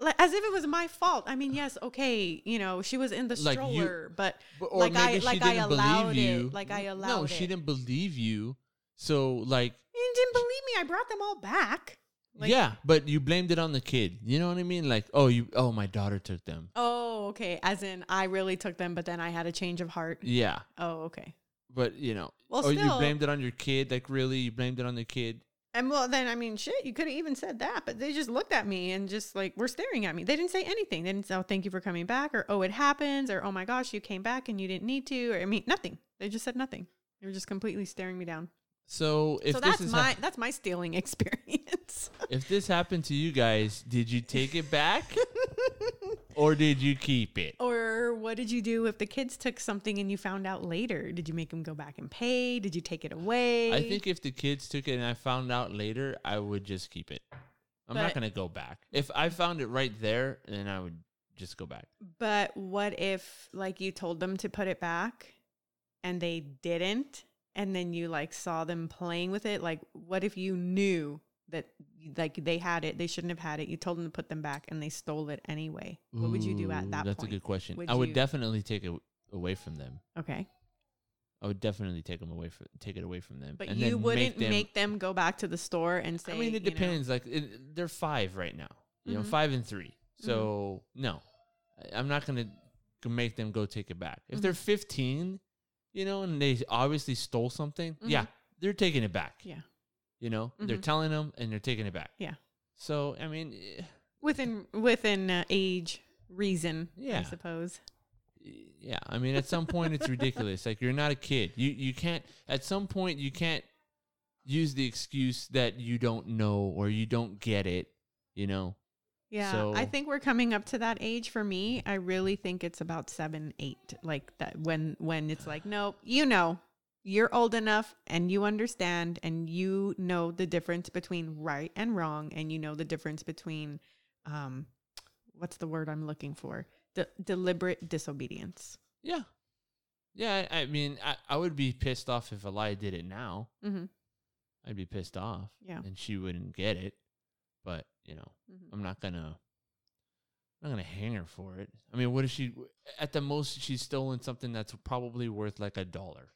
Like, as if it was my fault. I mean, yes, okay, you know, she was in the
Like you-
stroller, but
but, or
Like I-
maybe she
like I
didn't
allowed
believe you.
it. Like I
No,
allowed
she
it.
didn't believe you. So like,
you didn't believe me. I brought them all back. Like,
yeah, but you blamed it on the kid. You know what I mean? Like, oh, you, oh, my daughter took them.
Oh, Oh, okay. As in, I really took them, but then I had a change of heart.
Yeah,
Oh, okay.
but you know,
Well,
or Oh, you
still-
blamed it on your kid. Like really, you blamed it on the kid.
And well, then I mean, shit, you could have even said that, but they just looked at me and just like were staring at me. They didn't say anything. They didn't say, "Oh, thank you for coming back," or "Oh, it happens," or "Oh my gosh, you came back and you didn't need to," or I mean, nothing. They just said nothing. They were just completely staring me down.
So if
so
this
that's
is
my
hap-
that's my stealing [LAUGHS] experience.
if this happened to you guys, did you take it
[LAUGHS]
back or did you keep it?
or what did you do if the kids took something and you found out later? Did you make them go back and pay? Did you take it away?
I think if the kids took it and I found out later, I would just keep it. I'm not
But-
gonna go back. If I found it right there, then I would just go back.
But what if, like, you told them to put it back and they didn't? And then you, like, saw them playing with it? Like, what if you knew that, like, they had it, they shouldn't have had it? You told them to put them back and they stole it anyway. What would you do
Ooh,
at that
That's
point?
a good question.
Would
I would
you-
definitely take it away from them.
Okay.
I would definitely take them away from take it away from them.
But
and
you
then
wouldn't make them,
them-
go back to the store and say,
I mean, it
you know-
depends. Like it, they're five right now. You know,
Mhm.
five and three. So
Mm-hmm.
no, I- I'm not gonna g- make them go take it back. If
Mm-hmm.
they're 15, you know, and they obviously stole something, yeah, they're taking it back.
Mm-hmm. Yeah.
You know, they're
Mhm.
telling them and they're taking it back.
Yeah.
So I mean, eh,
Within, within uh, age reason,
Yeah.
I suppose.
yeah. I mean, at some point it's ridiculous. Like you're not a kid. You you can't. At some point you can't use the excuse that you don't know or you don't get it. You know.
Yeah, I
So-
think we're coming up to that age for me. I really think it's about seven, eight, like that when when it's like, no, you know, you're old enough and you understand and you know the difference between right and wrong and you know the difference between um what's the word I'm looking for? De- deliberate disobedience.
Yeah. Yeah, I, I mean, I, I would be pissed off if Elia did it now.
Mm-hmm.
I'd be pissed off.
Yeah.
And she wouldn't get it. But, you know, I'm not going to. I'm not gonna hang her for it. I mean, what if she? At the most, she's stolen something that's probably worth like a dollar,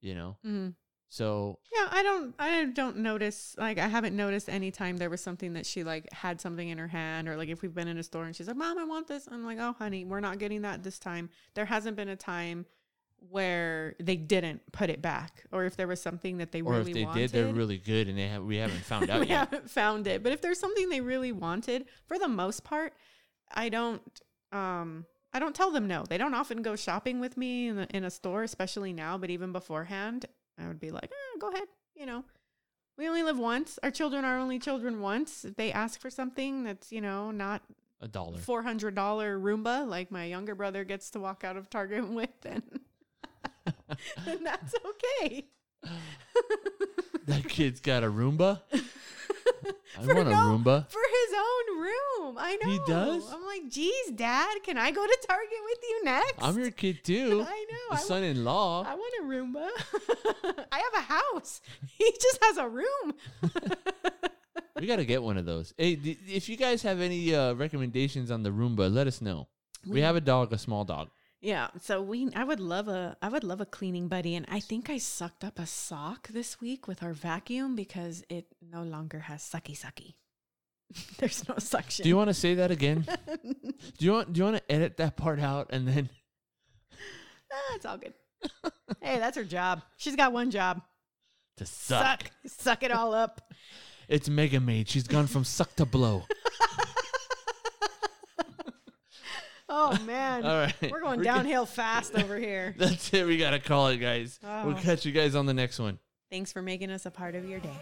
you know.
Mm-hmm.
So
Yeah, I don't I don't notice like I haven't noticed any time there was something that she like had something in her hand or like if we've been in a store and she's like, "Mom, I want this." I'm like, "Oh, honey, we're not getting that this time." There hasn't been a time where they didn't put it back or if there was something that they
or
really
if they
wanted.
did, they're really good, and they have we haven't
[LAUGHS]
found out
we
yet.
haven't found it. But if there's something they really wanted, for the most part, I don't um I don't tell them no. They don't often go shopping with me in a, in a store, especially now, but even beforehand, I would be like, eh, "Go ahead, you know. We only live once. Our children are only children once. If they ask for something that's, you know, not
A dollar.
$400 Roomba like my younger brother gets to walk out of Target [LAUGHS] with, then, then that's okay."
[LAUGHS] that kid's got a
[LAUGHS]
Roomba. I
For
want a
no- [LAUGHS]
Roomba.
for his own room. I know.
He does?
I'm like, geez, Dad, can I go to Target with you next?
I'm your kid too.
I know.
The
I, wa-
son-in-law.
I want a Roomba. [LAUGHS] I have a house. He just has a room. [LAUGHS]
we got to get one of those. Hey, d- if you guys have any uh, recommendations on the Roomba, let us know. We have a dog, a small dog.
Yeah. So we, I would love a, I would love a cleaning buddy, and I think I sucked up a sock this week with our vacuum because it no longer has sucky sucky. [LAUGHS] There's no suction.
Do you want to say that [LAUGHS] again? do you want Do you want to edit that part out and then? [LAUGHS]
ah, it's all good. hey, that's her job. She's got one job.
To suck.
Suck, suck it all up.
It's Mega Maid. She's gone from suck to [LAUGHS] blow.
Oh man.
All right. [LAUGHS]
We're going
good.
downhill fast
[LAUGHS]
over here.
That's it. We got to call it, guys. We'll
Oh.
catch you guys on the next one.
Thanks for making us a part of your day.